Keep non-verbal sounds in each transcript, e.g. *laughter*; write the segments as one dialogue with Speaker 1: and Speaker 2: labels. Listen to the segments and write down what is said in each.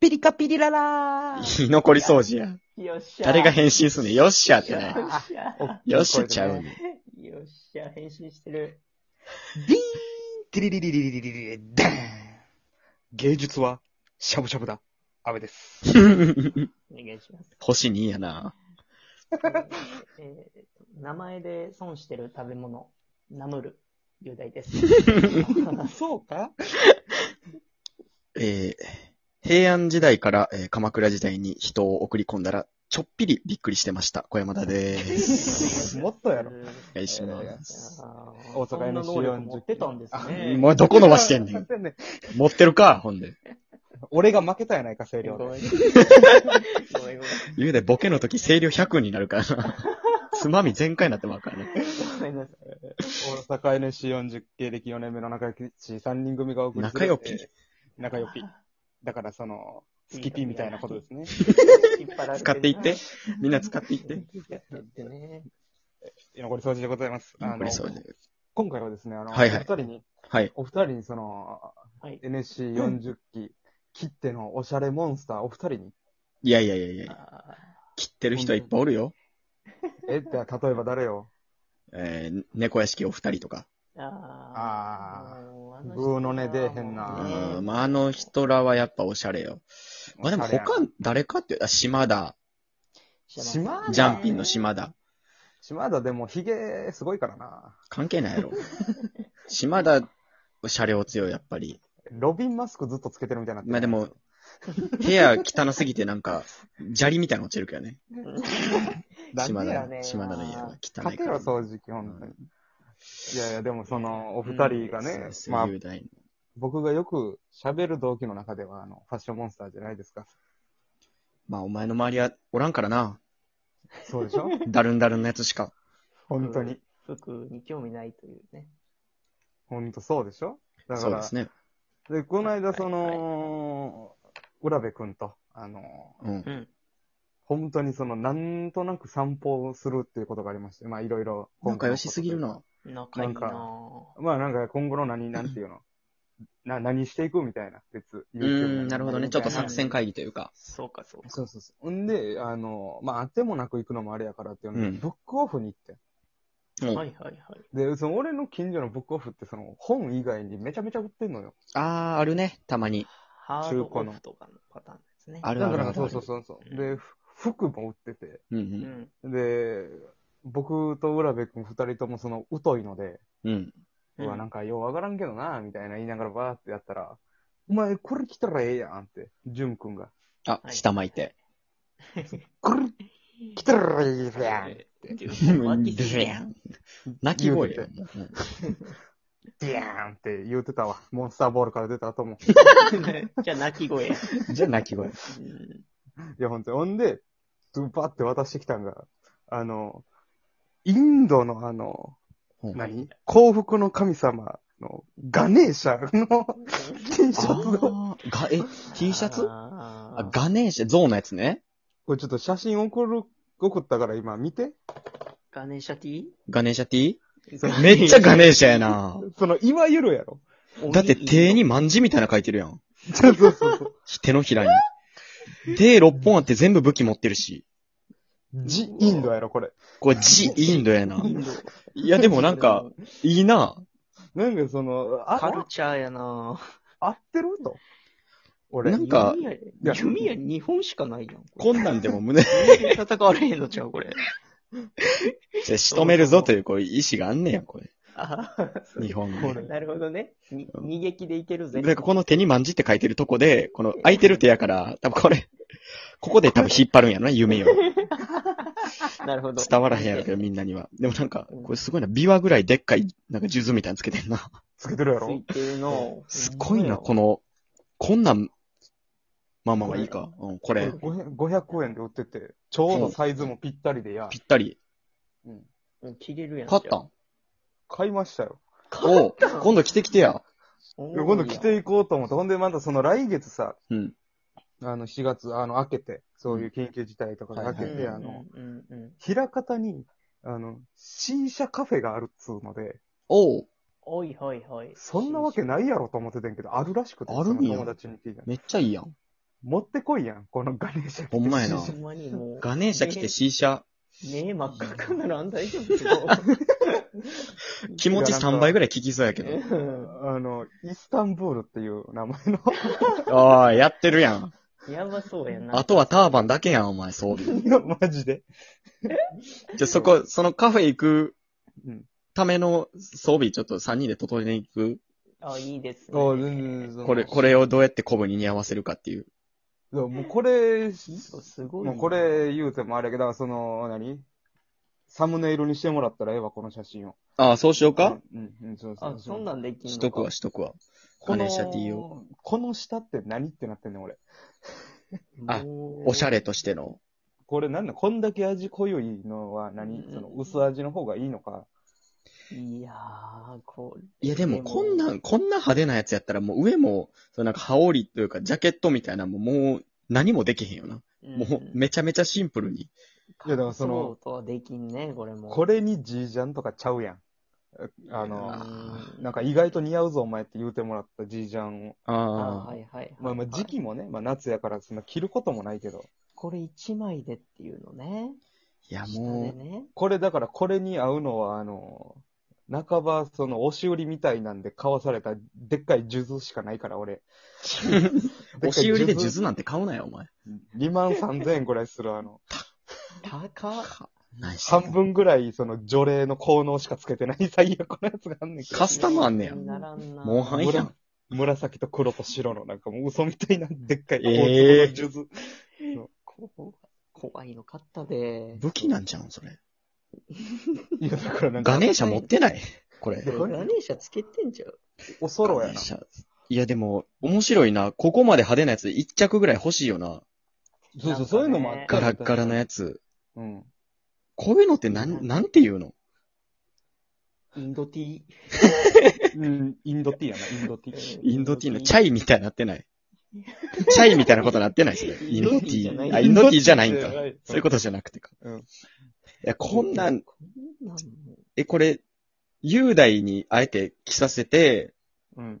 Speaker 1: ピリカピリララー。
Speaker 2: 居残り掃除や。
Speaker 3: よっしゃ。
Speaker 2: 誰が変身すんねんよっしゃって
Speaker 3: よ
Speaker 2: ね。
Speaker 3: っしゃ。
Speaker 2: よっしゃちゃうねん。
Speaker 3: よっしゃ、変身してる。
Speaker 1: ディーンテリリリリリリリリダーン芸術は、しゃぶしゃぶだ。阿部です。
Speaker 3: お願いします。
Speaker 2: 星2やな。
Speaker 3: えー名前で損してる食べ物、ナムル、雄大です。
Speaker 1: そうか
Speaker 2: えー平安時代から、えー鎌倉時代に人を送り込んだら、ちょっぴりびっくりしてました。小山田です。
Speaker 1: *laughs* もっとやろ。
Speaker 2: お願いしま
Speaker 3: いや
Speaker 2: す。
Speaker 3: ー
Speaker 1: 大阪
Speaker 3: そんな能
Speaker 1: NC40
Speaker 3: 力持ってたんですね。
Speaker 2: もうどこ伸ばしてんねん。
Speaker 1: ん。
Speaker 2: 持ってるか、ほんで。
Speaker 1: 俺が負けたやないか、声
Speaker 3: ごめん
Speaker 1: 量
Speaker 3: ごめ
Speaker 1: で。
Speaker 3: んごめん。
Speaker 2: 言うでボケの時声量100になるから *laughs* な。つまみ全開になってまうからね。
Speaker 3: ごめんなさい。
Speaker 1: 大阪 NC40 系歴4年目の仲良き3人組が送りす
Speaker 2: 仲
Speaker 1: る。
Speaker 2: 良き。
Speaker 1: 仲良き。だからその、月 P みたいなことですね。
Speaker 3: 引っ張られ
Speaker 2: 使っていって
Speaker 3: ね。。
Speaker 2: みんな使っていって。
Speaker 3: 使っていってね。
Speaker 1: 居残り掃除でございます。あ
Speaker 2: こ
Speaker 1: の
Speaker 2: れ、そうで。
Speaker 1: 今回はですね、あの、
Speaker 2: はい
Speaker 1: お
Speaker 2: はい
Speaker 1: 二人に、
Speaker 2: はい。
Speaker 1: お二人にその、
Speaker 3: はい。
Speaker 1: NC40 期、切ってのおしゃれモンスター、お二人に、
Speaker 2: いやいやいやいや、
Speaker 3: あ
Speaker 2: 切ってる人はいっぱいおるよ。
Speaker 1: え、じゃあ例えば誰よ
Speaker 2: えー猫屋敷お二人とか。
Speaker 3: ー
Speaker 1: あー
Speaker 3: もうあ
Speaker 1: グーの音出えへんな
Speaker 2: う。
Speaker 3: もうんね
Speaker 2: まあ、あの人らはやっぱおしゃれよ。まあでも他、誰かって言うたら島田。
Speaker 1: 島田
Speaker 2: ジャンピンの島田。
Speaker 1: 島田でもヒゲすごいからな。
Speaker 2: 関係ないや
Speaker 1: *laughs*
Speaker 2: ろ。島田、おしゃれお強い、やっぱり。
Speaker 1: ロビンマスクずっとつけてるみたいになってる
Speaker 2: まあでも、部屋汚すぎてなんか、砂利みたいなの落ちるけどね。島
Speaker 1: なん
Speaker 2: 田
Speaker 1: で
Speaker 3: ね、
Speaker 2: 島田の家は汚
Speaker 1: や。
Speaker 2: い
Speaker 1: かけ
Speaker 2: か
Speaker 1: ろ、
Speaker 2: ら。
Speaker 1: 掃除機、本当に。いやいや、でもその、お二人がね、
Speaker 2: ま
Speaker 1: まあ
Speaker 2: あ、、雄大
Speaker 1: 僕がよく喋る同期の中では、あの、ファッションモンスターじゃないですか。
Speaker 2: まあ、お前の周りはおらんからな。
Speaker 1: そうでしょ
Speaker 2: *laughs* だるんだるんのやつしか。
Speaker 1: 本当に。
Speaker 3: 服に興味ないというね。
Speaker 1: 本当そうでしょだか
Speaker 2: そう
Speaker 1: ら
Speaker 2: で、すね。
Speaker 1: で、この間、その、浦部くんと、あの、
Speaker 2: うん。
Speaker 3: うん。
Speaker 1: 本当にその、なんとなく散歩をするっていうことがありまして、まあ、いろいろ。
Speaker 2: なんか良しすぎるな。
Speaker 3: 仲いいな
Speaker 1: なん
Speaker 3: ぁ。
Speaker 1: まあ、なんか今後の何、なんていうの、な、何していくみたいな、別。
Speaker 2: うーん、なるほどね。ちょっと
Speaker 3: さ
Speaker 2: 作戦会議というか。
Speaker 3: そうか、そうか。
Speaker 1: そうそうそう。んで、あの、まあ、あってもなく行くのもあれやからっていうので、
Speaker 2: うん
Speaker 1: ブックオフに行って。
Speaker 2: うん
Speaker 3: はいはいはい。
Speaker 1: で、その俺の近所のブックオフって、その本以外にめちゃめちゃ売ってんのよ。
Speaker 2: あー、あるね。たまに。
Speaker 3: ハードオフとかのパターンですね。
Speaker 2: ある
Speaker 1: だ
Speaker 2: あ
Speaker 1: か
Speaker 2: るあ
Speaker 1: ら、
Speaker 2: る。
Speaker 1: そうそうそうそう。で、ふ服も売ってて。
Speaker 2: う
Speaker 3: うんん。
Speaker 1: で、僕と浦部君二人ともその疎いので、
Speaker 2: うん。うん。
Speaker 1: うわ、なんかようわからんけどな、みたいな言いながらバーってやったら、お前これ着たらええやんって、淳くんが。
Speaker 2: あ、
Speaker 3: はい
Speaker 2: 下巻いて。
Speaker 1: これ着たらええやんっ
Speaker 3: う
Speaker 1: て
Speaker 2: *laughs*
Speaker 3: ん。
Speaker 2: 泣き声
Speaker 1: 言
Speaker 2: や
Speaker 1: うて。
Speaker 2: もう
Speaker 1: ディーンって言うてたわ。モンスターボールから出た後も。
Speaker 3: じゃあ、泣き声。
Speaker 2: うんじゃあ泣き
Speaker 3: *laughs*
Speaker 2: 声。
Speaker 3: うん
Speaker 1: いや、ほんとに。ほんで、バって渡してきたんが、あの、インドのあの、
Speaker 2: うん
Speaker 1: 何幸福の神様のガネーシャの *laughs* T シャツの、
Speaker 2: あーが、え、T シャツ
Speaker 3: あ
Speaker 2: あ、
Speaker 3: ー
Speaker 2: ガネーシャ、ゾウのやつね。
Speaker 1: これちょっと写真送る、送ったから今見て。
Speaker 3: ガネーシャティ
Speaker 2: ガネーシャ T?
Speaker 1: そう
Speaker 2: めっちゃガネーシャやな。
Speaker 1: その、いわゆるやろ。
Speaker 2: だって手にまんじみたいなの書いてるやん。
Speaker 1: そうそうそうそう。
Speaker 2: 手のひらに。手6本あって全部武器持ってるし。
Speaker 1: ジ・インドやろ、これ。
Speaker 2: これジ・インドやな。
Speaker 3: インド
Speaker 2: いやでもなんか、いいな。
Speaker 1: なんかその、
Speaker 3: カ
Speaker 1: あ
Speaker 3: ル、チャーやなぁ
Speaker 1: 合ってると。俺。
Speaker 2: なんか
Speaker 3: 弓矢弓矢日本しかないやん。
Speaker 2: こんなんでも
Speaker 3: *laughs*
Speaker 2: 胸、
Speaker 3: れ戦われへんのちゃう、これ。
Speaker 2: じゃあ仕留めるぞという、こう、意志があんねや、これ。
Speaker 3: あーそう
Speaker 2: 日本
Speaker 1: こ
Speaker 2: 語
Speaker 1: れ。
Speaker 3: なるほどね。に逃げ気でいけるぜ。
Speaker 2: なんかこの手にまんじって書いてるとこで、この空いてる手やから、多分これ、ここで多分引っ張るんやろな、夢を。 *laughs*
Speaker 3: *laughs* なるほど。
Speaker 2: 伝わらへんやろけど、みんなには。でもなんか、これすごいな、ビワぐらいでっかい、なんか数珠みたいにつけてんな。
Speaker 1: つけてるや
Speaker 3: つい
Speaker 1: ろ。
Speaker 3: てるの。
Speaker 2: すごいな、この、こんなん、まあまあまあいいか。うん、これ、
Speaker 1: 500 500円で売ってて、ちょうどサイズもぴったりでや
Speaker 2: ぴ。ったり。
Speaker 1: うん
Speaker 3: うん。切れるやん。
Speaker 2: 買ったん
Speaker 1: 買いましたよ。
Speaker 2: おう今度着てきてや。
Speaker 3: おー
Speaker 1: 今度着ていこうと思って。ほんでまたその来月さ、
Speaker 2: うん。
Speaker 1: あの、7月、あの、明けて、そういう緊急事態とかが明け
Speaker 2: はい
Speaker 1: て、
Speaker 2: は
Speaker 1: あの、、
Speaker 3: うんうんうん。
Speaker 1: 平方に、あの、新車カフェがあるっつうので、
Speaker 2: おう
Speaker 3: おいはいはい。
Speaker 1: そんなわけないやろと思ってたんやけど、あるらしくて、
Speaker 2: あるんや
Speaker 1: その友達に聞いた。
Speaker 2: めっちゃいいやん。
Speaker 1: 持ってこいやん、このガネーシャ。
Speaker 2: ほんまやな
Speaker 3: ほんまにもう。
Speaker 2: ガネーシャ来て C 社、
Speaker 3: ねえ、真っ赤っかならあん大丈夫ですよ。
Speaker 2: 気持ち3倍ぐらい効きそうやけど。
Speaker 3: う
Speaker 1: あの、イスタンブールっていう名前の。
Speaker 2: ああ、やってるやん。
Speaker 3: んやばそうやな。
Speaker 2: あとはターバンだけやん、お前、装備。
Speaker 1: いや、マジで。
Speaker 2: じゃ、そこ、そのカフェ行く
Speaker 1: うん。
Speaker 2: ための装備、ちょっと3人で整えていく。
Speaker 3: あ、いいですね。
Speaker 1: あ全然。
Speaker 2: これ、これをどうやってコブに似合わせるかっていう。
Speaker 1: いや。もうこれ、
Speaker 3: そうすごい。
Speaker 1: もうこ。れ言うてもあれやけど、その、何サムネイルにしてもらったらええわ、この写真を。
Speaker 2: ああ、そうしようか、
Speaker 1: うん、うん、そうそう
Speaker 3: あ、そんなんできんの
Speaker 2: し
Speaker 3: か
Speaker 2: とくわ、しとくわ。
Speaker 1: こ
Speaker 2: ガ
Speaker 1: の
Speaker 2: ネーシャ T を。
Speaker 1: この下って何ってなってんねん、俺。
Speaker 2: あ
Speaker 3: もう
Speaker 2: おしゃれとしての。
Speaker 1: これなんだ、こんだけ味濃いのは何、
Speaker 3: うん
Speaker 1: その薄味の方がいいのか。
Speaker 3: いやー、これ。
Speaker 2: いや、でも、こんなん、こんな派手なやつやったら、もう上も、そのなんか羽織というか、ジャケットみたいなのももう、何もできへんよな。
Speaker 3: うん、
Speaker 2: もう、めちゃめちゃシンプルに。
Speaker 1: いやだからその
Speaker 3: そうとはできんね、これも。
Speaker 1: これにジージャンとかちゃうやん。あの、
Speaker 3: うん
Speaker 1: なんか意外と似合うぞ、お前って言うてもらったジージャンを。
Speaker 3: あ
Speaker 2: ああ
Speaker 3: は。いはいはい。
Speaker 1: まあまあ時期もね、まあ夏やから、そんな着ることもないけど。
Speaker 3: これ一枚でっていうのね。
Speaker 2: いや、
Speaker 3: 下
Speaker 2: も
Speaker 3: で
Speaker 2: う、
Speaker 3: ね。
Speaker 1: これだから、これに合うのは、あの、半ば、その、押し売りみたいなんで買わされた、でっかい数珠しかないから、俺。
Speaker 2: 押し売りで数珠なんて買うなよ、お前。
Speaker 1: 2万3000円ぐらいする、あの、
Speaker 3: 高っ。
Speaker 2: 何してんの
Speaker 1: 半分ぐらい、その、除霊の効能しかつけてない最悪のやつがあんねんけど
Speaker 2: カスタムあんねや。
Speaker 3: ならんな。
Speaker 2: モンハンやん。
Speaker 1: 紫と黒と白の、なんかもう嘘みたいな、でっかい、
Speaker 2: ええ
Speaker 1: 交通の数珠。
Speaker 3: こ怖いの買ったで。
Speaker 2: 武器なんじゃうん、それ。
Speaker 1: いや、だからなん
Speaker 2: ガ
Speaker 1: か、
Speaker 2: ネーシャ持ってない。これ。
Speaker 3: でもガネーシャつけてんじゃん。
Speaker 1: おそろやな。
Speaker 2: いや、でも、面白いな。ここまで派手なやつ、1着ぐらい欲しいよな。
Speaker 1: そうそう、そういうのもあった
Speaker 2: ガ
Speaker 1: ら
Speaker 2: ラッガラのやつ。
Speaker 1: うん。
Speaker 2: こういうのってな
Speaker 3: うん
Speaker 2: ん、なんて言うの
Speaker 3: インドティー。
Speaker 1: うん、インドティーやな、インドティー。。
Speaker 2: インドティーのチ
Speaker 3: イ。
Speaker 2: ャイみたいになってない。チャイみたいなことなってないそれ。
Speaker 3: イ
Speaker 2: イ
Speaker 3: ン
Speaker 2: ン
Speaker 3: ド
Speaker 2: ド
Speaker 3: テ
Speaker 2: テ
Speaker 3: ィーじゃ
Speaker 2: ィ
Speaker 3: ない
Speaker 2: ー。あ、インドティーじゃないんか。そういうこととじゃなくてか。
Speaker 1: うん
Speaker 2: いや、こんなん、
Speaker 3: こんなんも
Speaker 2: え、これ、雄大にあえて着させて、
Speaker 1: うん。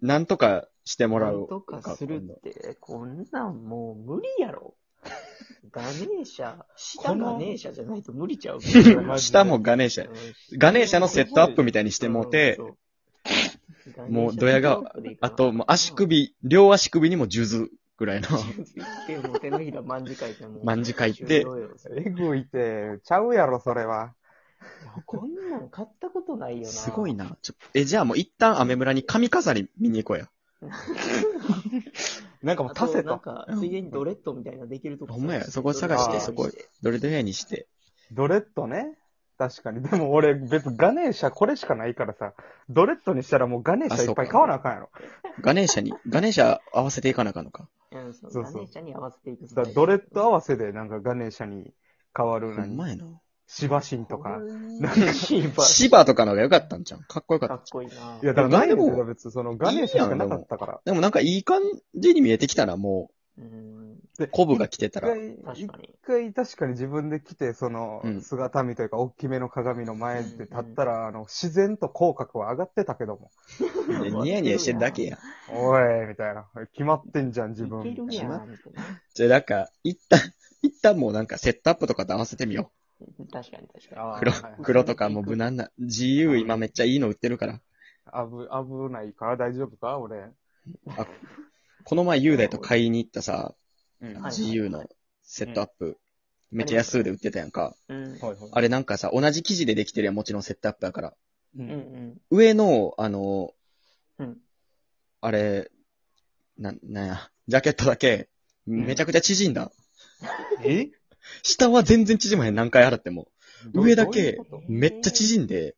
Speaker 2: なんとかしてもら
Speaker 3: な
Speaker 2: うん
Speaker 3: とかするって、こんなんもう無理や
Speaker 2: *laughs*
Speaker 3: ろ。ガネーシャ、下
Speaker 1: この
Speaker 3: ガネーシャじゃないと無理ちゃ
Speaker 2: *laughs*
Speaker 3: う。
Speaker 1: マジで
Speaker 2: 下もガネーシャ。ガネーシャのセットアップみたいにしてもうて、
Speaker 3: うん、
Speaker 2: もうドヤ顔あと、もう足。首、両足首にも数珠ぐらいの。
Speaker 3: でもう手のひら万字書いてもう。
Speaker 2: 卍書いて
Speaker 3: 終了よそれい
Speaker 1: えぐいて、ちゃうやろ、それは。
Speaker 3: やこんなん買ったことないよな。
Speaker 2: すごいな。ちょえ、じゃあもう一旦アメ村に髪飾り見に行こうや。
Speaker 1: なんかもう、
Speaker 3: あ
Speaker 1: 足せ
Speaker 3: と、なん
Speaker 1: と。
Speaker 3: か、ついでにドレッドみたいなのできるとこ
Speaker 2: ほんまやそこ探
Speaker 1: し
Speaker 3: あ
Speaker 1: て
Speaker 3: ー
Speaker 2: そこどれどれにして。
Speaker 1: ドレッドね。確かに。でも俺、別にガネーシャこれしかないからさ、ドレッドにしたらもうガネーシャいっぱい買わなあかんやろ。
Speaker 2: ガネーシャに、ガネーシャ合わせていかなあかんのか。
Speaker 3: うん、そう
Speaker 1: そう
Speaker 3: ガ
Speaker 1: そう
Speaker 3: ネーシャに合わせていく。
Speaker 1: だからドレッド合わせでなんかガネーシャに変わる
Speaker 2: ほ
Speaker 1: なんに、
Speaker 2: まやな。
Speaker 1: シバシンとか。なん
Speaker 3: か
Speaker 1: か、シバシ
Speaker 2: シバとかの方が良かったんじゃん。かっこよかっ
Speaker 3: *laughs* か
Speaker 2: た。
Speaker 3: っこいいな。
Speaker 1: ン。いや、だからガネーシャが別にそのガネーシャしかなかったから。
Speaker 2: でもなんかいい感じに見えてきたらも
Speaker 3: うん、
Speaker 2: う、コブが来てた
Speaker 1: 一
Speaker 2: ら。
Speaker 1: 回、
Speaker 3: 確かに。
Speaker 1: 一回確かに自分で来て、その
Speaker 2: うん、
Speaker 1: 姿見というか、大きめの鏡の前で立ったら、あの、自然と口角は上がってたけども。
Speaker 2: でニヤニヤしてるだけや。
Speaker 1: おい、みたいな。決まってんじゃん、自分。
Speaker 3: いけるやん、みたいな。
Speaker 2: じゃあなんか、一旦、一旦もうなんかセットアップとかと合わせてみよ
Speaker 3: 確かに確か
Speaker 2: う。
Speaker 1: あー
Speaker 2: 黒
Speaker 1: はいはい、
Speaker 2: 黒とかもう無難な。GU 今めっちゃいいの売ってるから。
Speaker 1: あぶ、危ないか大丈夫か俺。
Speaker 2: あこの前雄大と買いに行ったさ、
Speaker 1: うん
Speaker 3: はい
Speaker 2: GU のセットアップ、めっちゃ安売で売ってたやんか。
Speaker 3: に。うん。
Speaker 1: はいはい。
Speaker 2: あれなんかさ、同じ生地でできてるやん、もちろんセットアップだから。
Speaker 3: う
Speaker 1: う
Speaker 3: ん
Speaker 1: ん。
Speaker 2: 上の、あの、
Speaker 3: うん。うん。
Speaker 2: あれ、な、なんや、ジャケットだけ、
Speaker 1: ん
Speaker 2: めちゃくちゃ縮んだ。
Speaker 1: え
Speaker 2: 下は全然縮まへん、何回洗っても。上だけ
Speaker 1: どういうこと
Speaker 2: めっちゃ縮んで、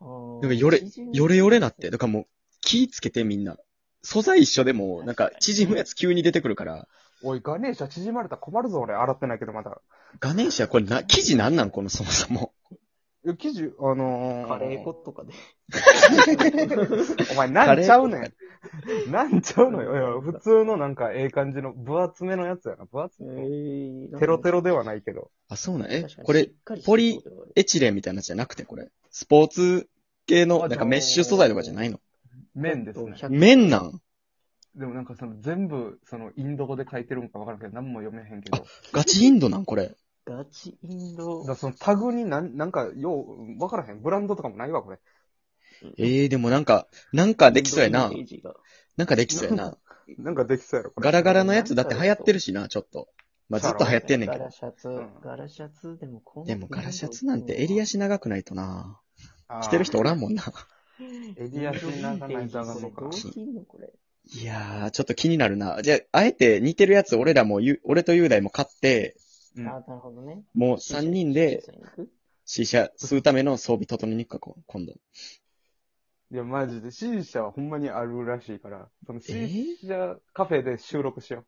Speaker 3: あー
Speaker 2: なんかよれ
Speaker 3: 縮む
Speaker 2: ヨレヨレなって。だからもう、気ぃつけてみんな。素材一緒でも、なんか縮むやつ急に出てくるから、
Speaker 1: おい、ガネーシャ縮まれたら困るぞ、俺。洗ってないけど、まだ。
Speaker 2: ガネーシャこれな、生地なんなんこのそもそも。
Speaker 1: え、生地、あのー、
Speaker 3: カレー粉とかで。
Speaker 1: お前、なんちゃう
Speaker 2: カレー
Speaker 1: ねん。なんちゃうのよ。いや、普通のなんか、ええ感じの、分厚めのやつやな。分厚め。テロテ
Speaker 3: ロ。
Speaker 1: ロではないけど。
Speaker 2: あ、そうなん、え
Speaker 3: 確か、に
Speaker 2: これ
Speaker 3: し、っかり
Speaker 2: ポリ
Speaker 3: してることがある
Speaker 2: エチレンみたいなやつじゃなくて、これ。スポーツ系の、
Speaker 1: あ
Speaker 2: なんかメッシュ素材とかじゃないの
Speaker 1: 面ですね。
Speaker 2: 綿なん
Speaker 1: でもなんかその全部、そのインド語で書いてるんかわからんけど、何も読めへんけど、 *laughs* だか
Speaker 2: ガチインドなんこれ。
Speaker 3: ガチインド。
Speaker 1: らそのタグになんなんかよう、わからへん。ブランドとかもないわ、これ。
Speaker 2: ええー、でもなんか、なんかできそうや
Speaker 3: イン
Speaker 2: な
Speaker 3: ドの。イメージが
Speaker 2: なんかできそうやな。
Speaker 1: なんかできそうやろ、これ。
Speaker 2: ガラガラのやつだって流行ってるしな、ちょっと。まあ、ずっと流行ってんねんけ
Speaker 3: ガ
Speaker 2: ど
Speaker 3: ラ。シャツ、ガラシャツ、でもこの
Speaker 2: でもガラシャツなんて襟足長くないとな。
Speaker 1: あー
Speaker 2: 着てる人おらんもんな。
Speaker 1: 襟足長ないとあかんの
Speaker 3: ど
Speaker 1: か
Speaker 3: う。していいのこれ。
Speaker 2: いやー、ちょっと気になるな。じゃあ、あえて似てるやつ俺らもゆ、俺と雄大も買って、
Speaker 1: うん
Speaker 3: あ、なるほどね。
Speaker 2: もう3人で C 社吸うための装備整えに行くか、こ今度。
Speaker 1: いや、マジで。C 社はほんまにあるらしいから、その
Speaker 2: え
Speaker 1: C 社カフェで収録しよ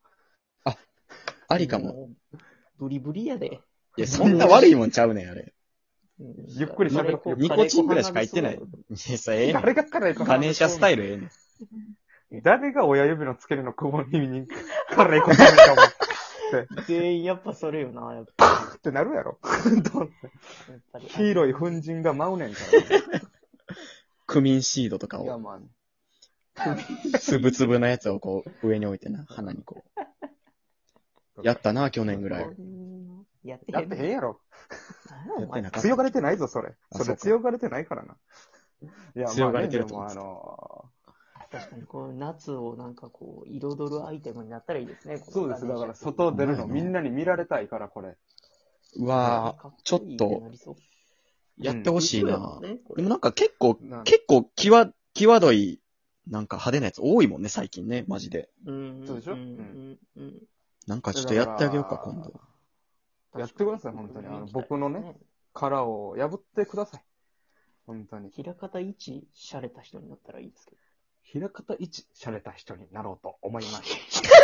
Speaker 2: ありかも。。
Speaker 3: ブリブリやで。
Speaker 2: いや、そんな悪いもんちゃうねん、あれ。
Speaker 1: ゆっくり喋ろう
Speaker 2: ニコチンぐらいしか入ってない。いや、さ、え
Speaker 1: う。
Speaker 2: えねん。
Speaker 1: 誰がカレーか
Speaker 2: ガネーシャスタイ
Speaker 1: ル。
Speaker 2: ルええねん。
Speaker 1: 誰が親指の付け根のくぼみにカレーこっちにかも
Speaker 3: 全員やっぱそれよな、やっ
Speaker 1: ってなるや *laughs* ろ。
Speaker 3: ぱり。
Speaker 1: 黄色い粉塵が舞うねんから。
Speaker 2: クミンシードとか
Speaker 1: いや、
Speaker 2: を、
Speaker 1: まあ、
Speaker 2: つぶつぶのやつをこう、上に置いてな、鼻にこう。やったな、去年ぐらい。
Speaker 3: やって
Speaker 1: やってへんやろ。
Speaker 3: お前
Speaker 2: やってなかった
Speaker 1: 強がれてないぞ、それ。
Speaker 2: あそ
Speaker 1: そ
Speaker 2: う
Speaker 1: れ
Speaker 2: か
Speaker 1: 強がれてないからな。いや、
Speaker 2: 強がれてると
Speaker 1: ま
Speaker 2: 思
Speaker 1: あ
Speaker 2: って
Speaker 1: ねで
Speaker 2: た
Speaker 1: も
Speaker 3: 確かに、こう、夏をなんかこう、彩るアイテムになったらいいですね。
Speaker 1: あの、そうです。だから、外出るのみんなに見られたいから、これ。
Speaker 2: うわー、ちょっと、やってほしいな。でもなんか結構、
Speaker 1: なん
Speaker 2: 結構、際、際どい、なんか派手なやつ多いもんね、最近ね、マジで。
Speaker 3: うん。
Speaker 1: そうでしょ
Speaker 3: うん
Speaker 1: うん
Speaker 3: うん
Speaker 2: なんかちょっとやってあげようか、今度。
Speaker 3: うん
Speaker 1: やってください本当にあの僕のね。殻を破ってください。本当に。
Speaker 3: 平方一、洒落た人になったらいいですけど。
Speaker 1: 平方一、洒落た人になろうと思います。